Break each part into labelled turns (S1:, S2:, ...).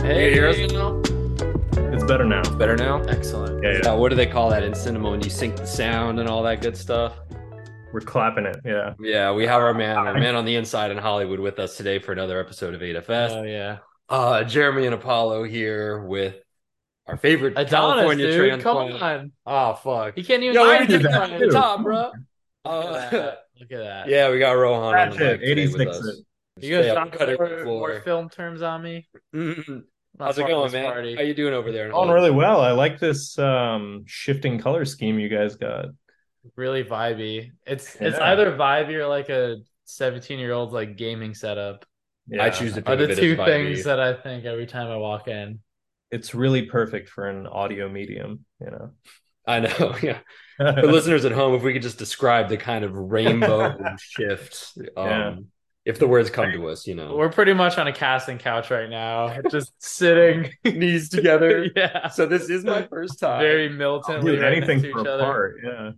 S1: Hey,
S2: hear us?
S1: now?
S3: It's better now.
S2: Better now?
S1: Excellent.
S3: Yeah, yeah.
S2: Now, what do they call that in cinema when you sync the sound and all that good stuff?
S3: We're clapping it. Yeah.
S2: Yeah, we have our man, our man on the inside in Hollywood with us today for another episode of 8FS.
S1: Oh yeah.
S2: Uh, Jeremy and Apollo here with our favorite
S1: Adonis,
S2: California
S1: dude. Come
S2: transplant.
S1: on.
S2: Oh, fuck.
S1: He can't even.
S2: Yo,
S1: I
S2: I did
S1: did
S3: that
S1: that.
S3: too.
S1: Top.
S2: Top, bro.
S1: Look at
S2: Uh,
S1: that. Look at that.
S2: yeah, we got Rohan on
S3: That's
S2: the mic
S3: it.
S2: today with
S3: 86
S2: us.
S1: You guys
S2: Straight
S1: trying
S2: up
S1: to
S2: cutting
S1: throw more
S2: floor.
S1: film terms on me?
S2: Mm.
S1: Not
S2: How's it
S1: part of
S2: going,
S1: this
S2: man?
S1: party.
S2: How you doing over there? in
S3: Going
S2: Hollywood?
S3: really well. I like this um, shifting color scheme you guys got.
S1: Really vibey. It's it's
S3: Yeah.
S1: either vibey or like a seventeen year old's like gaming setup.
S3: Yeah.
S2: I choose to think
S1: Are
S2: of
S1: the
S2: it
S1: two
S2: as vibey.
S1: things that I think every time I walk in.
S3: It's really perfect for an audio medium. You know.
S2: I know. Yeah. For listeners at home, if we could just describe the kind of rainbow shift, um,
S3: Yeah.
S2: if the words come to us, you know,
S1: We're pretty much on a casting couch right now, just sitting.
S2: knees together.
S1: yeah.
S2: So this is my first time.
S1: Very
S3: I'll
S1: militant.
S3: do
S1: right
S3: anything
S1: next to
S3: for
S1: each
S3: a
S1: other.
S3: part. Yeah.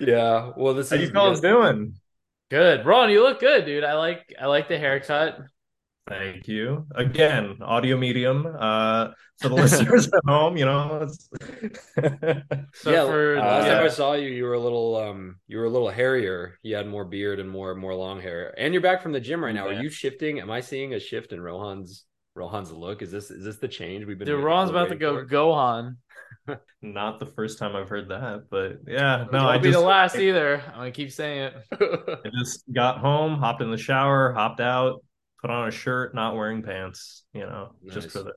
S2: Yeah. Well, this
S3: How
S2: is
S3: you fellas doing?
S1: Good, Ron. You look good, dude. I like I like the haircut.
S3: Thank you again. Audio medium uh, for the listeners at home. You know. It's...
S1: So
S2: yeah,
S1: for uh,
S2: last
S3: yeah.
S2: time I saw you, you were a little, um, you were a little hairier. You had more beard and more, more long hair. And you're back from the gym right now.
S3: Yeah.
S2: Are you shifting? Am I seeing a shift in Rohan's Rohan's look? Is this is this the change we've been?
S1: dude,
S2: waiting-
S1: Ron's
S2: we're
S1: about to
S2: waiting
S1: go
S2: for?
S1: Gohan.
S3: Not the first time I've heard that, but yeah.
S1: No,
S3: No,
S1: won't
S3: I
S1: be
S3: just
S1: the last either. I'm gonna keep saying it.
S3: I just got home, hopped in the shower, hopped out, put on a shirt, not wearing pants, you know, just
S2: Nice.
S3: for this.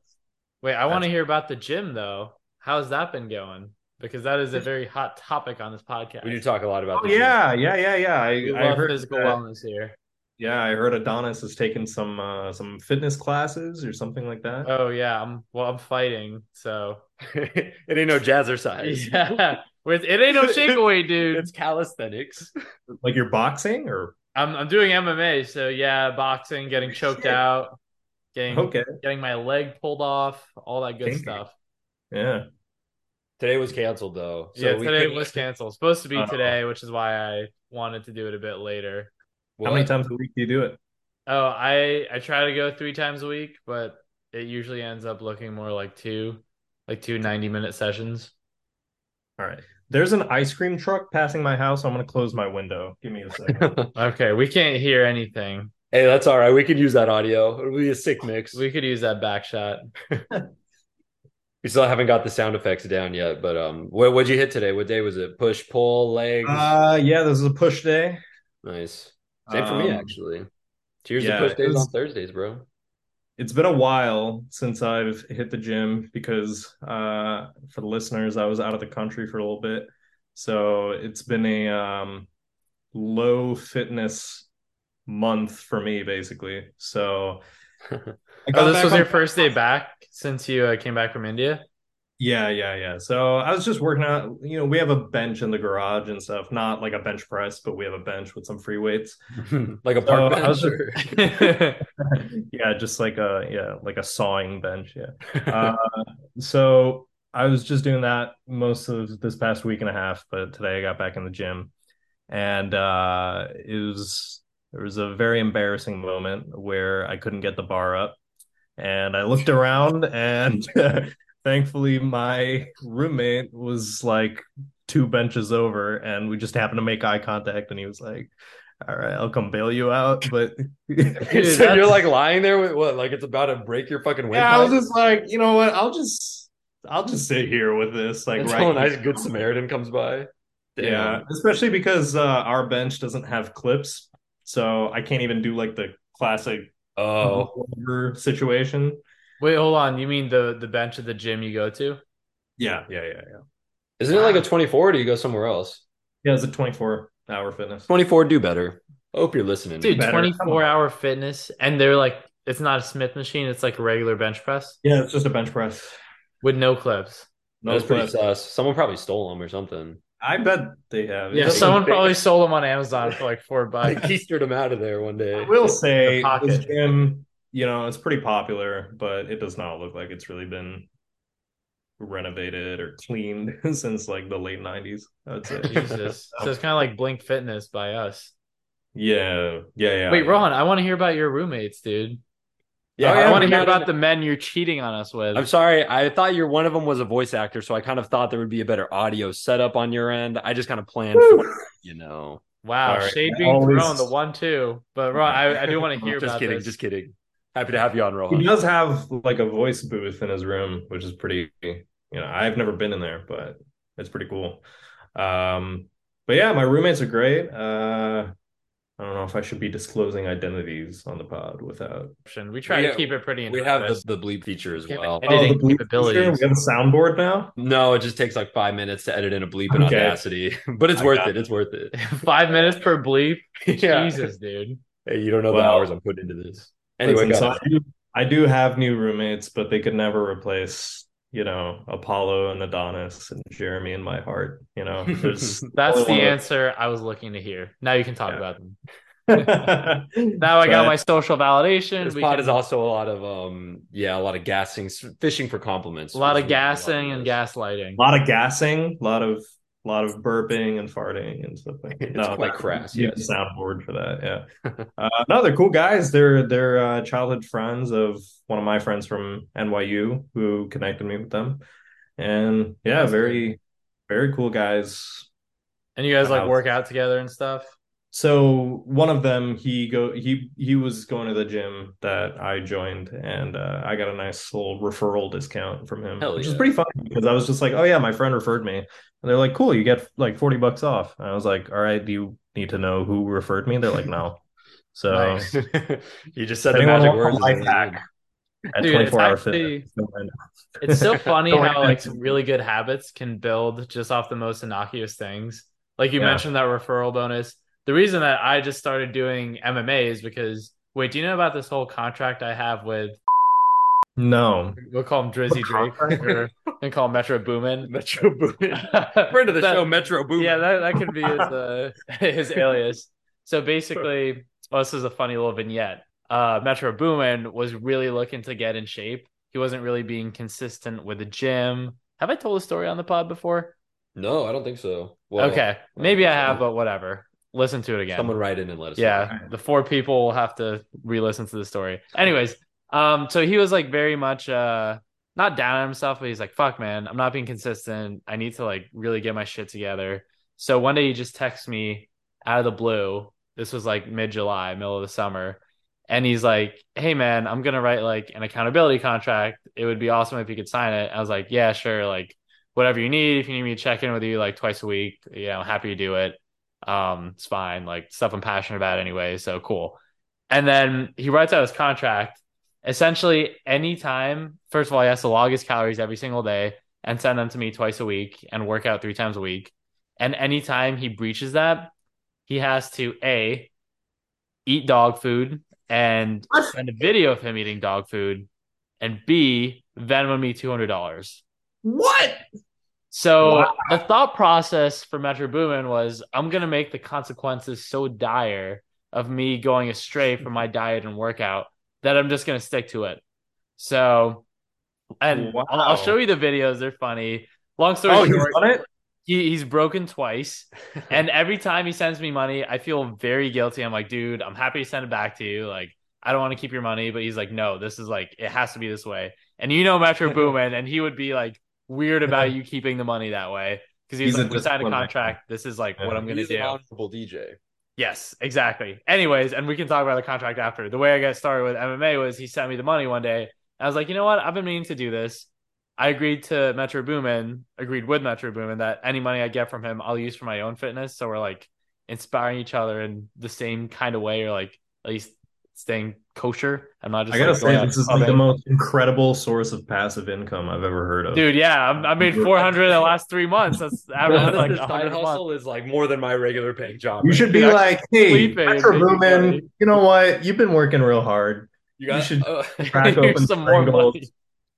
S1: Wait, I want to
S3: That's-
S1: hear about the gym though. How's that been going? Because that is a very hot topic on this podcast.
S2: we do talk a lot about.
S3: Oh
S2: the gym.
S3: yeah, yeah, yeah, yeah.
S1: We
S3: I, I
S1: love
S3: heard
S1: physical
S3: that-
S1: wellness here.
S3: Yeah, I heard Adonis is taking some uh some fitness classes or something like that.
S2: Uh,
S1: Oh yeah, I'm well. I'm fighting, so
S2: it ain't no jazzercise.
S1: yeah. With it ain't no shake away, dude.
S2: It's calisthenics.
S3: like you're boxing or
S1: I'm I'm doing MMA, so yeah, boxing, getting choked out, getting
S3: okay.
S1: getting my leg pulled off, all that good
S3: Dang.
S1: stuff.
S3: Yeah.
S2: Today was canceled though. So
S1: yeah,
S2: we
S1: today
S2: couldn't-
S1: was canceled. Supposed to be
S3: Oh.
S1: today, which is why I wanted to do it a bit later.
S2: Well,
S3: How many times a week do you do it?
S1: Oh, I I try to go three times a week, but it usually ends up looking more like two, like two 90 minute sessions.
S3: All right. There's an ice cream truck passing my house. I'm gonna close my window. Give me a second.
S1: Okay, we can't hear anything.
S2: Hey, that's all right. We could use that audio. It'll be a sick mix. We,
S1: We could use that back shot.
S2: we still haven't got the sound effects down yet, but um, what what'd you hit today? What day was it? Push, pull, legs.
S3: uh yeah, this is a push day.
S2: nice. Same for me
S3: Um,
S2: actually. Cheers
S3: yeah,
S2: to push
S3: it
S2: days
S3: was-
S2: on Thursdays, bro.
S3: It's been a while since I've hit the gym because uh for the listeners, I was out of the country for a little bit. So it's been a um low fitness month for me basically. So I got
S1: Oh, this
S3: back
S1: was
S3: on-
S1: your first day back since you uh, came back from India.
S3: Yeah, yeah, yeah. So I was just working out, you know, we have a bench in the garage and stuff, not like a bench press, but we have a bench with some free weights.
S2: like a
S3: So,
S2: park
S3: I was
S2: bench.
S3: just-
S2: or-
S3: yeah just like a yeah like a sawing bench yeah uh, so i was just doing that most of this past week and a half but today i got back in the gym and uh it was there was a very embarrassing moment where i couldn't get the bar up and i looked around and thankfully my roommate was like two benches over and we just happened to make eye contact and he was like all right i'll come bail you out but
S1: Dude,
S2: so you're
S1: that's-
S2: like lying there with what? Like it's about to break your fucking windpipe.
S3: yeah, I was just like, you know what? I'll just I'll just sit here with this. Like
S2: until
S3: right
S2: a nice
S3: now.
S2: good Samaritan comes by.
S3: Yeah. Especially because uh our bench doesn't have clips. So I can't even do like the classic
S2: Oh,
S3: over situation.
S1: Wait, hold on. You mean the the bench at the gym you go to?
S3: Yeah, yeah, yeah, yeah.
S2: isn't it like a 24 or do you go somewhere else?
S3: Yeah, it's a 24 hour fitness.
S2: 24, do better. Hope you're listening.
S1: Dude,
S3: better.
S1: 24 hour fitness, and they're like, it's not a Smith machine, it's like a regular bench press
S3: Yeah, it's just a bench press.
S1: with no clips.
S3: No
S2: That's pretty
S3: clips.
S2: sus. Someone probably stole them or something.
S3: I bet they have.
S1: Yeah,
S3: It's-
S1: someone probably sold them on Amazon for like four
S2: I
S1: bucks.
S2: keistered them out of there one
S3: I
S2: day.
S3: will say
S1: pocket.
S3: this gym, you know, it's pretty popular, but it does not look like it's really been renovated or cleaned since like the late 90s, I would say.
S1: Jesus. So it's kind of like Blink Fitness by us.
S3: Yeah, yeah, yeah.
S1: Wait, Rohan, I want to hear about your roommates, dude. Yeah,
S2: Oh, yeah,
S1: I want to
S2: we
S1: hear
S2: had
S1: about
S2: an-
S1: the men you're cheating on us with.
S2: I'm sorry. I thought your one of them was a voice actor, so I kind of thought there would be a better audio setup on your end. I just kind of planned for it, you know.
S1: wow,
S2: All right.
S1: shade being
S3: Always-
S1: thrown the one two, but Ron, I, I do want to hear
S2: just
S1: about
S2: kidding,
S1: this.
S2: just kidding. Happy to have you on,
S3: He
S2: Rohan.
S3: does have like a voice booth in his room, which is pretty, you know, I've never been in there, but it's pretty cool. Um, but yeah, my roommates are great. Uh, I don't know if I should be disclosing identities on the pod without
S1: We try
S2: We-
S1: to keep it pretty.
S2: We have the,
S1: anonymous.
S2: the bleep feature as
S1: Give it-
S2: well. Oh,
S1: Oh, Editing
S3: bleep
S1: capabilities.
S3: feature? We have a soundboard now.
S2: No, it just takes like five minutes to edit in a bleep in
S3: Okay.
S2: Audacity, but it's
S3: I
S2: worth
S3: got
S2: it. It's worth it.
S1: five minutes per bleep.
S2: Yeah.
S1: Jesus, dude.
S2: Hey, you don't know the
S3: Well,
S2: hours I'm putting into this. Anyway,
S3: Listen, so
S2: guys,
S3: I, do, I do have new roommates, but they could never replace, you know, Apollo and Adonis and Jeremy in my heart. You know, there's
S1: That's
S3: only
S1: the
S3: one of-
S1: answer I was looking to hear. Now you can talk
S3: Yeah.
S1: about them. Now I got
S3: But-
S1: my social validation.
S2: this
S1: We
S2: pod
S1: can-
S2: is also a lot of um, yeah, a lot of gassing, s- fishing for compliments.
S1: a lot
S2: Is what a
S1: of
S2: lot
S1: gassing and
S2: is.
S1: gaslighting.
S3: a lot of gassing, a lot of a lot of burping and farting and stuff like that.
S2: It's quite crass,
S3: you need
S2: yes.
S3: a soundboard for that. Yeah. uh, no, they're cool guys. They're they're uh, childhood friends of one of my friends from NYU who connected me with them, and yeah,
S1: That's
S3: very very cool guys.
S1: And you guys like
S3: Wow.
S1: work out together and stuff.
S3: So one of them, he go he he was going to the gym that I joined, and uh, I got a nice little referral discount from him,
S2: Hell
S3: which is
S2: yeah.
S3: pretty funny because I was just like, oh yeah, my friend referred me, and they're like, cool, you get like forty bucks off. And I was like, all right, do you need to know who referred me? They're like, no. So
S1: Nice.
S2: you just said the
S3: Anyone
S2: magic
S3: want a
S2: words.
S3: life
S2: and-
S3: hack? at
S1: Dude,
S3: twenty
S1: it's
S3: four hour
S1: actually-
S3: fitness, don't mind.
S1: It's so funny
S3: Don't worry
S1: how
S3: about
S1: like
S3: it.
S1: some really good habits can build just off the most innocuous things. Like you
S3: Yeah.
S1: mentioned that referral bonus. The reason that I just started doing MMA is because wait, do you know about this whole contract I have with
S3: no.
S1: we'll call him Drizzy Drake or and call him Metro Boomin.
S2: Metro Boomin. Friend
S1: Friend
S2: of the show, Metro Boomin.
S1: Yeah, that, that could be his uh, his alias. So basically, well, this is a funny little vignette. Uh, Metro Boomin was really looking to get in shape. He wasn't really being consistent with the gym. Have I told a story on the pod before?
S2: No, I don't think so. Well,
S1: okay, maybe I have, but whatever. Listen to it again.
S2: Someone write in and let us. know.
S1: Yeah, the four people will have to re-listen to the story. Anyways, um, so he was like very much uh not down on himself, but he's like, "Fuck, man, I'm not being consistent. I need to like really get my shit together." So one day he just texts me out of the blue. This was like mid-July, middle of the summer, and he's like, "Hey, man, I'm gonna write like an accountability contract. It would be awesome if you could sign it." I was like, "Yeah, sure. Like, whatever you need. If you need me to check in with you like twice a week, you know, happy to do it." um it's fine like stuff i'm passionate about anyway so cool and then he writes out his contract essentially anytime first of all he has to log his calories every single day and send them to me twice a week and work out three times a week and anytime he breaches that he has to a eat dog food and send a video of him eating dog food and b venmo me $200
S3: What?
S1: so
S3: Wow.
S1: the thought process for Metro Boomin was I'm gonna make the consequences so dire of me going astray from my diet and workout that I'm just gonna stick to it. So and I'll, I'll
S3: Wow.
S1: show you the videos, they're funny. Long story
S3: Oh, he's
S1: short,
S3: on it?
S1: he, he's broken twice. and every time he sends me money, I feel very guilty. I'm like, dude, I'm happy to send it back to you. Like, I don't want to keep your money. But he's like, no, this is like, it has to be this way. And you know Metro Boomin, and he would be like weird about you keeping the money that way. Because he's,
S3: He's a
S1: like, we signed a
S3: disciplined man.
S1: contract. This is like what
S3: Yeah.
S1: I'm going to
S2: He's an
S1: do.
S2: honorable DJ.
S1: Yes, exactly. Anyways, and we can talk about the contract after. The way I got started with MMA was he sent me the money one day. I was like, you know what? I've been meaning to do this. I agreed to Metro Boomin, agreed with Metro Boomin that any money I get from him, I'll use for my own fitness. So we're like inspiring each other in the same kind of way, or like at least staying kosher. I'm not just
S3: I gotta
S1: like, going
S3: say,
S1: out
S3: this is
S1: clubbing.
S3: like the most incredible source of passive income I've ever heard of.
S1: dude. Yeah, I'm, I made 400 in the last three months. That's average
S2: Honestly,
S1: like
S2: this side
S1: 100 a month.
S2: hustle is like more than my regular paying job.
S3: You
S2: right?
S3: should be
S1: Dude, I
S3: like, hey,
S1: sleep in and
S3: Dr.
S1: make it
S3: Boomin,
S1: funny."
S3: you know what? You've been working real hard.
S2: You got.
S3: you should-
S2: uh,
S3: Crack
S1: Here's
S3: open
S1: some more
S3: Pringles.
S1: money.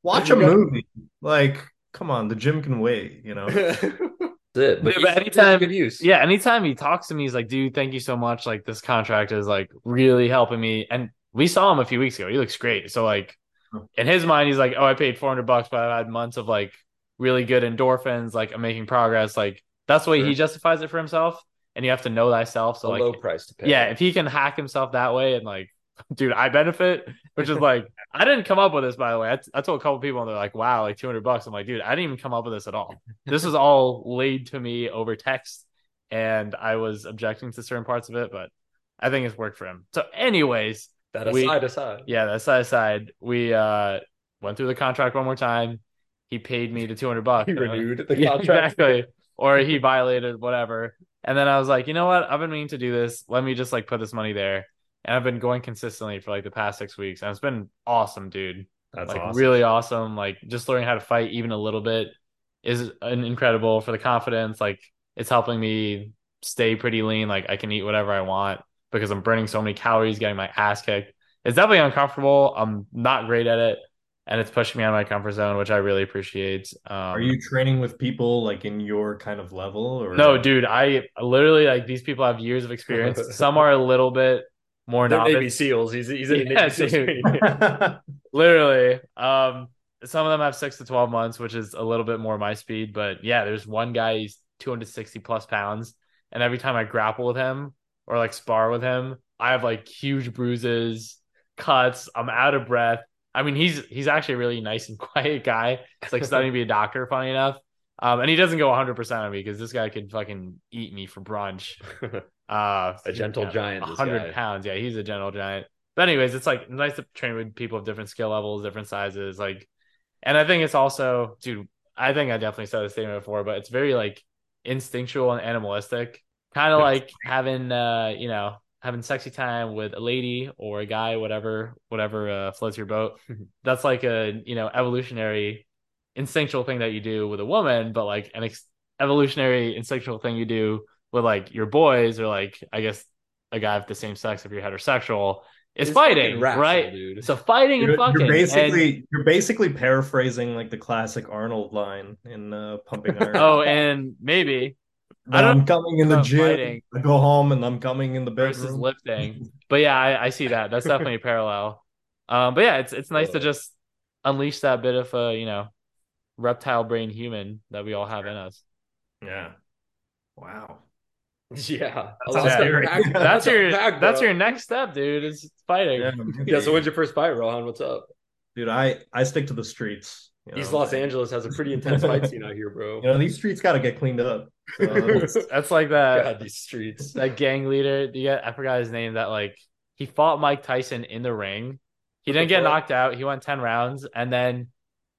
S3: Watch a movie. Like, come on, the gym can wait, you know?
S2: That's it.
S1: but
S2: But, you-
S1: anytime-
S2: good use.
S1: yeah anytime he talks to me he's like dude thank you so much like this contract is like really helping me and we saw him a few weeks ago he looks great so like
S2: Hmm.
S1: in his mind he's like oh i paid 400 bucks but i've had months of like really good endorphins like i'm making progress like that's the way
S2: Sure.
S1: he justifies it for himself and you have to know thyself
S2: It's a
S1: so
S2: low
S1: like
S2: price to pay.
S1: yeah if he can hack himself that way and like dude, I benefit, which is like, I didn't come up with this, by the way. I, t- I told a couple people and they're like, wow, like 200 bucks. I'm like, dude, I didn't even come up with this at all. This was all laid to me over text and I was objecting to certain parts of it, but I think it's worked for him. So, anyways,
S2: That
S1: We-
S2: aside, aside.
S1: yeah, that's side aside. We uh went through the contract one more time. He paid me the 200 bucks.
S2: He
S1: And I-
S2: renewed the
S1: yeah,
S2: contract.
S1: exactly. Or he violated whatever. And then I was like, you know what? I've been meaning to do this. Let me just like put this money there. And I've been going consistently for like the past six weeks. And it's been awesome, dude.
S3: That's
S1: like
S3: awesome.
S1: really awesome. Like just learning how to fight even a little bit is an incredible for the confidence. Like it's helping me stay pretty lean. Like I can eat whatever I want because I'm burning so many calories, getting my ass kicked. It's definitely uncomfortable. I'm not great at it. And it's pushing me out of my comfort zone, which I really appreciate. Um,
S3: Are you training with people like in your kind of level or
S1: no, dude, I literally like these people have years of experience. Some are a little bit more
S2: They're Navy
S1: novice,
S2: SEALs. He's, he's in the Navy
S1: Yeah,
S2: SEALs.
S1: dude. literally. Um, some of them have six to twelve months, which is a little bit more my speed. But yeah, there's one guy he's two hundred sixty plus pounds, and every time I grapple with him or like spar with him, I have like huge bruises, cuts. I'm out of breath. I mean, he's he's actually a really nice and quiet guy. It's like studying to be a doctor, funny enough. Um, and he doesn't go 100% on me because this guy could fucking eat me for brunch. Uh,
S2: A gentle giant, this guy.
S1: hundred pounds. Yeah, he's a gentle giant. But anyways, it's like nice to train with people of different skill levels, different sizes. Like, and I think it's also, dude. I think I definitely said this statement before, but it's very like instinctual and animalistic, kind of
S2: Yeah.
S1: like having, uh, you know, having sexy time with a lady or a guy, whatever, whatever uh, floats your boat.
S3: Mm-hmm.
S1: That's like a you know evolutionary, instinctual thing that you do with a woman, but like an ex- evolutionary instinctual thing you do with like your boys or like I guess a guy of the same sex if you're heterosexual is fighting,
S2: fucking wrathful,
S1: right?
S2: Dude.
S1: So fighting
S3: You're,
S1: and fucking.
S3: you're
S1: and-
S3: basically you're basically paraphrasing like the classic Arnold line in uh, Pumping Iron.
S1: oh, and maybe I
S3: I
S1: don't-
S3: am coming in the
S1: about
S3: gym.
S1: fighting.
S3: I go home and I'm coming in the
S1: versus
S3: bedroom.
S1: lifting. But yeah, I, I see that. That's definitely a parallel. Um, but yeah, it's it's nice to
S2: Whoa.
S1: just unleash that bit of uh, you know reptile brain human that we all have in us.
S3: Yeah. Wow.
S2: yeah,
S3: That
S2: A lot
S3: sounds
S2: of
S3: scary.
S2: back-
S1: That's
S2: a
S1: your
S2: pack,
S1: that's
S2: bro.
S1: your next step, dude. Is fighting.
S3: Yeah,
S2: Yeah. So when's your first fight, Rohan? What's up?
S3: dude, I I stick to the streets.
S1: Oh,
S3: you
S2: East
S3: know?
S2: Los Angeles has a pretty intense fight scene out here, bro.
S3: You know these streets got to get cleaned up. So that's-
S1: That's like that
S2: God, these streets.
S1: that gang leader. You get I forgot his name. That like he fought Mike Tyson in the ring. He
S2: What the
S1: didn't get
S2: fuck?
S1: knocked out. He went ten rounds, and then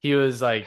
S1: he was like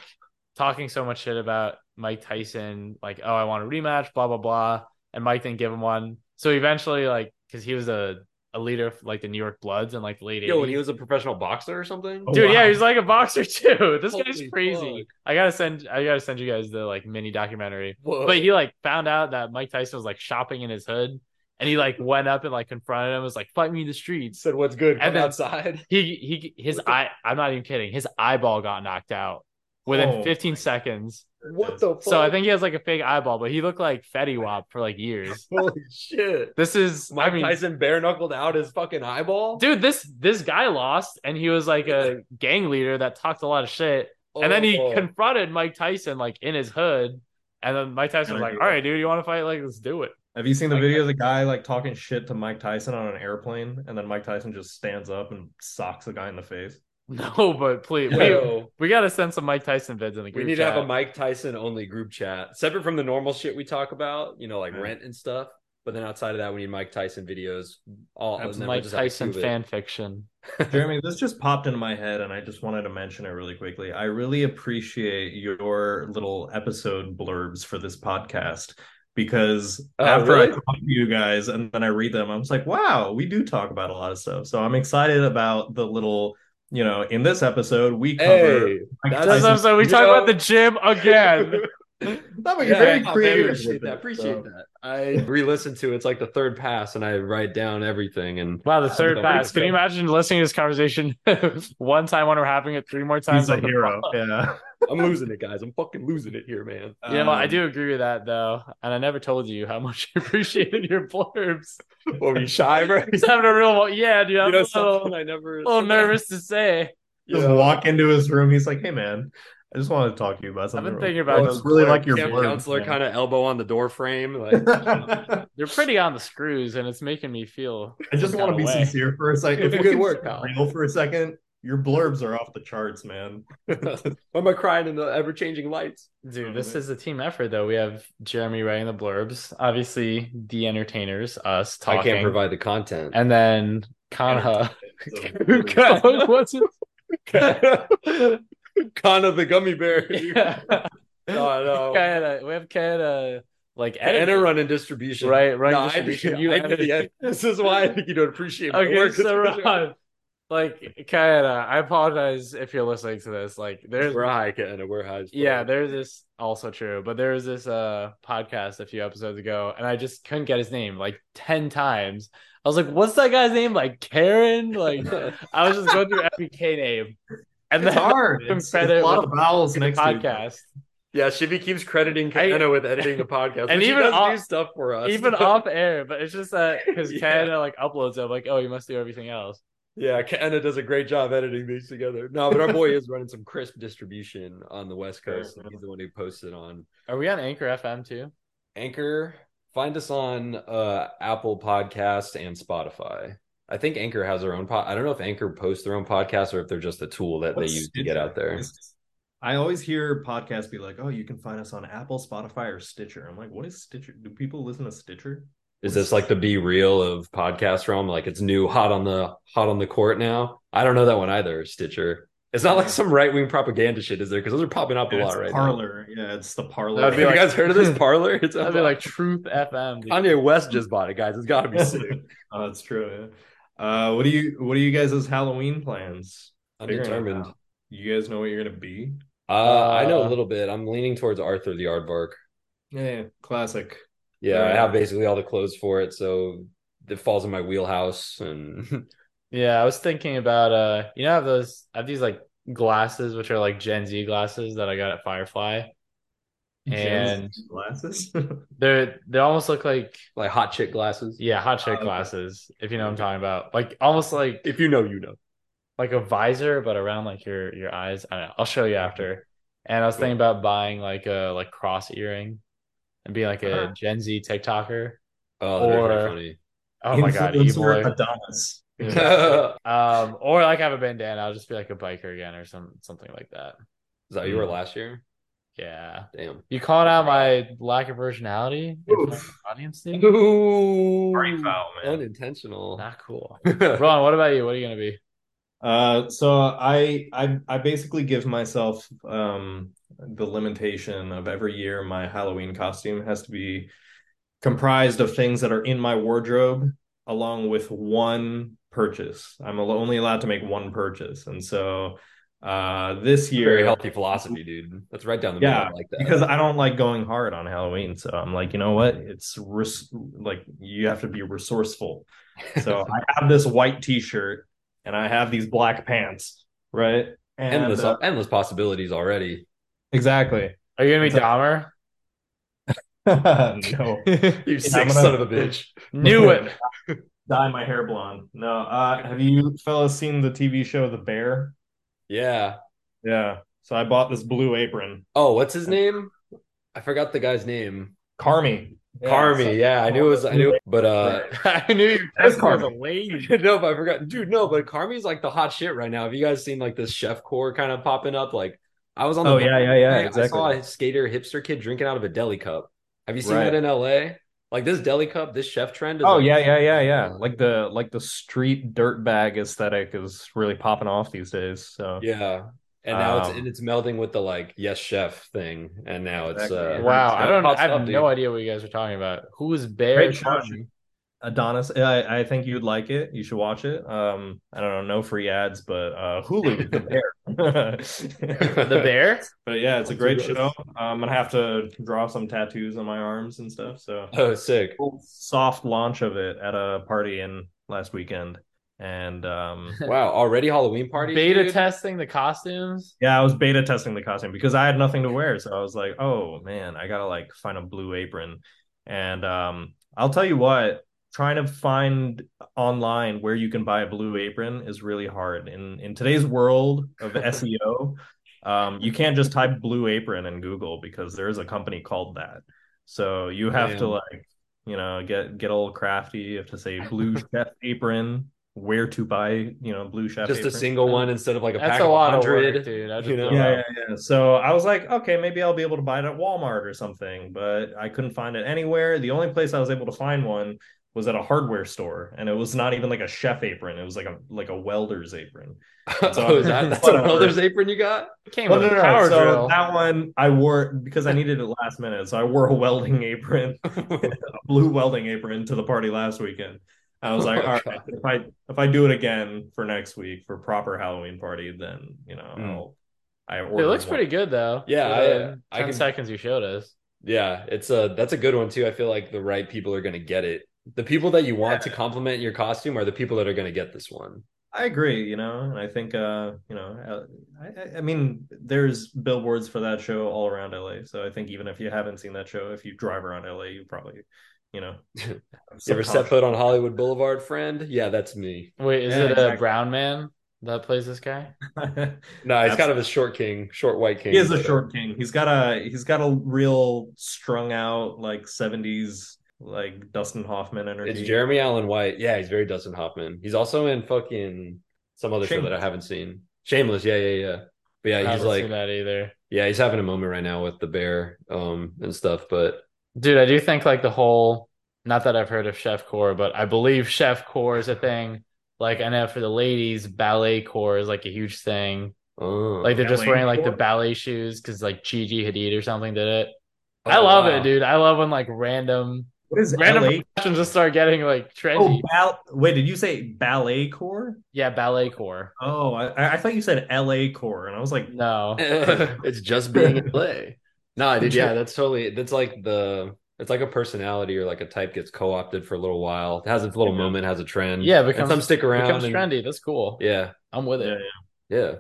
S1: talking so much shit about Mike Tyson, like, "Oh, I want a rematch," blah blah blah. And Mike didn't give him one. So eventually, like, because he was a a leader of like the New York Bloods in like the late
S2: Yo, when he
S1: eighties.
S2: was a professional boxer or something.
S3: Oh,
S1: Dude, yeah,
S3: wow.
S1: he's like a boxer too. This guy's
S2: Holy
S1: crazy.
S2: fuck.
S1: I gotta send. I gotta send you guys the like mini documentary
S2: Whoa.
S1: but he like found out that Mike Tyson was like shopping in his hood, and he like went up and like confronted him. and Was like, "Fight me in the streets."
S2: said, "What's good?
S1: And
S2: Come
S1: then-
S2: outside."
S1: He he, his
S2: What the-
S1: eye. I'm not even kidding. His eyeball got knocked out within
S3: Oh
S1: 15 seconds.
S2: What the? Fuck?
S1: So I think he has like a fake eyeball, but he looked like Fetty Wap for like years.
S2: Holy shit!
S1: This is
S2: Mike
S1: I mean,
S2: Tyson bare knuckled out his fucking eyeball,
S1: dude, this this guy lost, and he was like a gang leader that talked a lot of shit, and then he
S2: Oh.
S1: confronted Mike Tyson like in his hood. And then Mike Tyson was like, "All right, dude, you want to fight? Like, let's do it."
S3: Have you seen the
S1: Like-
S3: video of the guy like talking shit to Mike Tyson on an airplane, and then Mike Tyson just stands up and socks the guy in the face?
S1: No, but please, we,
S2: Yo,
S1: We gotta send some Mike Tyson vids in the
S2: we
S1: group.
S2: need to
S1: chat.
S2: have a Mike Tyson only group chat, separate from the normal shit we talk about, you know, like
S3: Yeah.
S2: rent and stuff. But then outside of that, we need Mike Tyson videos. All
S1: Have
S2: and
S1: some
S2: then we'll
S1: Mike
S2: just have a
S1: Tyson
S2: cube it.
S1: fan fiction.
S3: Jeremy, this just popped into my head, and I just wanted to mention it really quickly. I really appreciate your little episode blurbs for this podcast because
S2: Oh,
S3: after
S2: really?
S3: I talk to you guys and then I read them, I was like, wow, we do talk about a lot of stuff. So I'm excited about the little, you know, in this episode, we cover.
S2: Hey,
S3: Mike
S2: that's-
S3: Tyson.
S1: That's what I'm saying. We
S2: You
S1: talk
S2: know-
S1: about the gym again.
S3: That was
S2: yeah,
S3: very
S2: I
S3: creative.
S2: Appreciate that. Appreciate
S3: So-
S2: that. I re-listened to it. it's like the third pass, and I write down everything. And
S1: wow, the third
S2: Something
S1: pass.
S2: like
S1: Can you
S2: that.
S1: imagine listening to this conversation one time when we're having it three more times?
S3: He's a
S1: on the-
S3: hero. Yeah.
S2: I'm losing it, guys. I'm fucking losing it here, man.
S1: You know, I
S3: Um,
S1: do agree with that though, and I never told you how much I appreciated your blurbs.
S2: What were you shy, bro?
S1: He's having a real, yeah, dude. I'm
S2: you know,
S1: a little,
S2: something I never.
S1: a little nervous to say.
S2: You
S3: Just
S2: know,
S3: walk into his room. He's like, "Hey, man, I just wanted to talk to you about
S1: I've
S3: something.
S1: been
S3: real-
S1: thinking about
S3: I
S1: those
S3: really
S1: blurb
S3: like your
S1: camp
S3: blurb,
S2: counselor
S3: man.
S2: kind of elbow on the door frame. Like,
S1: They're pretty on the screws, and it's making me feel.
S3: I just
S1: some
S3: want to
S1: kinda
S3: be
S1: way.
S3: sincere for a second.
S2: It's
S3: If
S2: a
S3: we
S2: good
S3: can
S2: work,
S3: be
S2: pal.
S3: Real for a second. Your blurbs are off the charts, man.
S2: why am I crying in the ever changing lights?
S1: Dude, this is a team effort, though. We have Jeremy writing the blurbs, obviously the entertainers, us talking,
S2: I can't provide the content.
S1: and then Kanha.
S3: So-
S1: What's it?
S2: Kana the gummy bear.
S1: Yeah.
S2: Oh, no.
S1: Kinda- we have kind of like
S2: And a
S1: editing.
S2: run and distribution.
S1: right, right.
S2: No, I
S1: distribution,
S2: think-
S1: you
S2: I think-
S1: edit.
S2: yeah, this is why I think you don't appreciate my
S1: Okay,
S2: work.
S1: so uh, Ron, like Kayana, I apologize if you're listening to this. Like, there's
S2: we're high, Kana. We're high. as fuck.
S1: yeah, there's this also true, but there was this uh podcast a few episodes ago, and I just couldn't get his name like ten times. I was like, "What's that guy's name?" Like Karen. Like I was just going through every K name, and
S3: It's
S1: then
S3: hard.
S1: From
S3: It's, it's
S1: credit
S3: a lot
S1: with
S3: of vowels
S1: the
S3: next to each other.
S1: podcast.
S2: yeah. Shivy keeps crediting
S1: I-
S2: Kana with editing the podcast,
S1: And
S2: and even
S1: even
S2: does
S1: off-
S2: do stuff for us.
S1: Even off air, but it's just that because
S2: Yeah.
S1: Canada like uploads it, I'm like, oh, you must do everything else.
S2: Yeah, Kenna does a great job editing these together. No, but our boy is running some crisp distribution on the West
S3: Fair
S2: Coast. and He's the one who posted on
S1: Are we on Anchor FM too?
S2: Anchor. Find us on uh, Apple Podcast and Spotify. I think Anchor has their own pod. I don't know if Anchor posts their own podcast or if they're just a tool that
S3: What's-
S2: they use to get out there.
S3: I always hear podcasts be like, "Oh, you can find us on Apple, Spotify, or Stitcher." I'm like, "What is Stitcher? Do people listen to Stitcher?"
S2: Is this like the be real of podcast realm? Like it's new, hot on the hot on the court now. I don't know that one either. Stitcher. It's not like some right wing propaganda shit, is there? Because those are popping up a
S3: Yeah,
S2: lot
S3: it's
S2: right
S3: Parlor. Yeah, it's the Parlor.
S2: now.
S1: That would be like-
S2: you guys heard of this parlor? It's
S1: That'd be like Truth FM. dude.
S2: Kanye West just bought it, guys. It's got to be sick.
S3: oh, that's true. Yeah. Uh, what do you What are you guys' Halloween plans? Figuring it
S2: Undetermined.
S3: out. You guys know what you're gonna be?
S2: Uh, I know a
S1: Uh,
S2: little bit. I'm leaning towards Arthur the Aardvark.
S3: Yeah, classic.
S2: Yeah, I
S3: Right.
S2: have basically all the clothes for it, so it falls in my wheelhouse. And
S1: Yeah, I was thinking about uh, you know, I have those, I have these like glasses which are like Gen Z glasses that I got at Firefly. And-
S3: glasses.
S1: They're they almost look like
S2: like hot chick glasses.
S1: yeah, hot chick
S3: okay.
S1: glasses if you know what I'm talking about. Like almost like
S2: If you know, you know.
S1: like a visor, but around like your your eyes. I don't know. I'll show you after. And I was thinking about buying like a like cross earring, and being like a
S3: Uh-huh.
S1: Gen Z TikToker.
S2: Oh, that'd be
S1: Or-
S2: pretty funny.
S1: Oh my god,
S3: Influencer
S1: evil. like-
S3: Adonis.
S2: Is
S1: Um, or like I have a bandana. I'll just be like a biker again, or some something like that.
S2: that what you were
S3: Mm.
S2: last year?
S1: Yeah.
S2: Damn.
S1: You calling out my lack of originality in front of the audience, dude?
S2: Ooh,
S3: Party foul, man.
S2: unintentional.
S1: Not cool. Ron, what about you? What are you gonna be?
S3: Uh, so I I I basically give myself um the limitation of every year my Halloween costume has to be comprised of things that are in my wardrobe along with one purchase. I'm al- only allowed to make one purchase. And so uh this
S2: Very
S3: year
S2: healthy philosophy, dude. That's right down the
S3: Yeah,
S2: middle. I like that.
S3: because I don't like going hard on Halloween, so I'm like, you know what? It's res- like you have to be resourceful. So I have this white T-shirt and I have these black pants, right? And
S2: endless,
S3: uh,
S2: endless possibilities already.
S3: exactly.
S1: Are you gonna be
S3: It's a-
S1: Dahmer?
S3: no,
S2: You
S3: sick gonna- son of a
S2: bitch.
S1: Knew it.
S3: dye my hair blonde. No, uh, have you fellas seen the TV show The Bear?
S2: Yeah.
S3: Yeah. So I bought this blue apron,
S2: Oh, what's his name? I forgot the guy's name.
S3: Carmi.
S2: Carmi. yeah, I knew it was. I knew, but uh,
S1: I knew you
S3: That's
S1: was a
S3: karma.
S1: lady.
S2: no, but I forgot, dude. No, but Carmi's like the hot shit right now. Have you guys seen like this chef core kind of popping up? Like, I was on. The
S3: Oh, yeah, yeah, yeah,
S2: I- I
S3: exactly.
S2: saw a skater hipster kid drinking out of a deli cup. Have you seen
S3: Right.
S2: that in L.A.? Like this deli cup, this chef trend. Is
S3: Oh
S2: like-
S3: yeah, yeah, yeah, yeah. Like the like the street dirt bag aesthetic is really popping off these days. So
S2: yeah. And now
S3: Um,
S2: it's and it's melding with the like yes chef thing, and now it's uh,
S3: Exactly.
S1: Wow,
S2: it's
S1: I don't.
S2: popped
S1: I have
S2: up, dude.
S1: no idea what you guys are talking about. Who is Bear?
S3: Great show. Adonis, I, I think you'd like it. You should watch it. Um, I don't know, no free ads, but uh, Hulu, the bear.
S1: The Bear?
S3: But yeah, it's a great
S2: Yes.
S3: show. I'm gonna have to draw some tattoos on my arms and stuff. So
S2: Oh, sick.
S3: soft launch of it at a party in last weekend, and um,
S2: Wow, already Halloween party.
S1: Beta
S2: dude?
S1: testing the costumes.
S3: yeah, I was beta testing the costume because I had nothing to wear. So I was like, oh man, I gotta like find a blue apron. And um, I'll tell you what, trying to find online where you can buy a blue apron is really hard. In in today's world of SEO, E Um, you can't just type Blue Apron in Google because there is a company called that. So you have to
S2: Damn.
S3: like, you know, get get a little crafty. You have to say Blue Chef Apron, where to buy, you know, Blue Chef.
S2: Just a
S3: apron.
S2: single one instead of like a
S1: That's
S2: pack
S1: a
S2: of
S1: lot of work,
S2: hundred.
S1: dude. I just
S2: you know?
S1: blew
S3: Yeah,
S1: up.
S3: yeah, yeah. So I was like, okay, maybe I'll be able to buy it at Walmart or something, but I couldn't find it anywhere. The only place I was able to find one was at a hardware store, and it was not even like a chef apron. It was like a like a welder's apron.
S2: oh, is that that's a
S3: Whatever.
S2: welder's apron you got?
S1: Came
S3: Well,
S1: with
S3: no,
S1: a
S3: no, no.
S1: power
S3: so
S1: drill.
S3: that one I wore because I needed it last minute. So I wore a welding apron, a blue welding apron to the party last weekend. I was like,
S2: Oh,
S3: all right, if I if I do it again for next week for proper Halloween party, then you know
S2: Mm.
S3: I'll. I
S1: it
S3: ordered
S1: looks
S3: one.
S1: pretty good though.
S2: Yeah,
S1: For the
S2: I- I
S1: ten
S2: can-
S1: seconds you showed us.
S2: Yeah, it's a that's a good one too. I feel like the right people are going to get it. The people that you want to compliment your costume are the people that are going to get this one.
S3: I agree, you know, and I think, uh, you know, I, I, I mean, there's billboards for that show all around LA. So I think even if you haven't seen that show, if you drive around LA, you probably, you know,
S2: You You ever set foot on Hollywood Boulevard, friend? Yeah, that's me.
S1: Wait, is
S3: Yeah,
S1: it a
S3: exactly.
S1: brown man that plays this guy?
S2: No, he's kind of a short king, short white king.
S3: he is a short king. He's got a he's got a real strung out like '70s like Dustin Hoffman energy.
S2: It's Jeremy Allen White. Yeah, he's very Dustin Hoffman. He's also in fucking some other show that I
S3: Shameless.
S2: haven't seen. Shameless. Yeah, yeah, yeah. But
S1: I
S2: yeah, he's
S1: haven't
S2: like
S1: seen that either.
S2: yeah, he's having a moment right now with the bear um and stuff, but
S1: Dude, I do think like the whole not that I've heard of chef corps, but I believe chef corps is a thing. Like I know for the ladies, ballet corps is like a huge thing.
S2: oh.
S1: Like they're just
S3: Ballet
S1: wearing like the
S3: corps?
S1: ballet shoes because like Gigi Hadid or something did it.
S2: Oh,
S1: I love
S2: wow.
S1: it, dude. I love when like random
S3: What is
S1: random
S3: LA?
S1: fashions just start getting like
S3: Oh,
S1: trendy.
S3: bal- wait, did you say ballet corps?
S1: Yeah, ballet corps.
S3: Oh, I, I thought you said LA corps, and I was like,
S1: No.
S2: Eh, it's just being in play. No, dude, yeah, that's totally that's like the it's like a personality or like a type gets co-opted for a little while. It has its little
S3: Yeah.
S2: moment, has a trend.
S1: Yeah, it
S2: And
S1: becomes-
S2: some stick around.
S1: Becomes
S2: and-
S1: trendy. That's cool.
S2: Yeah,
S1: I'm with
S3: Yeah,
S1: it.
S2: yeah.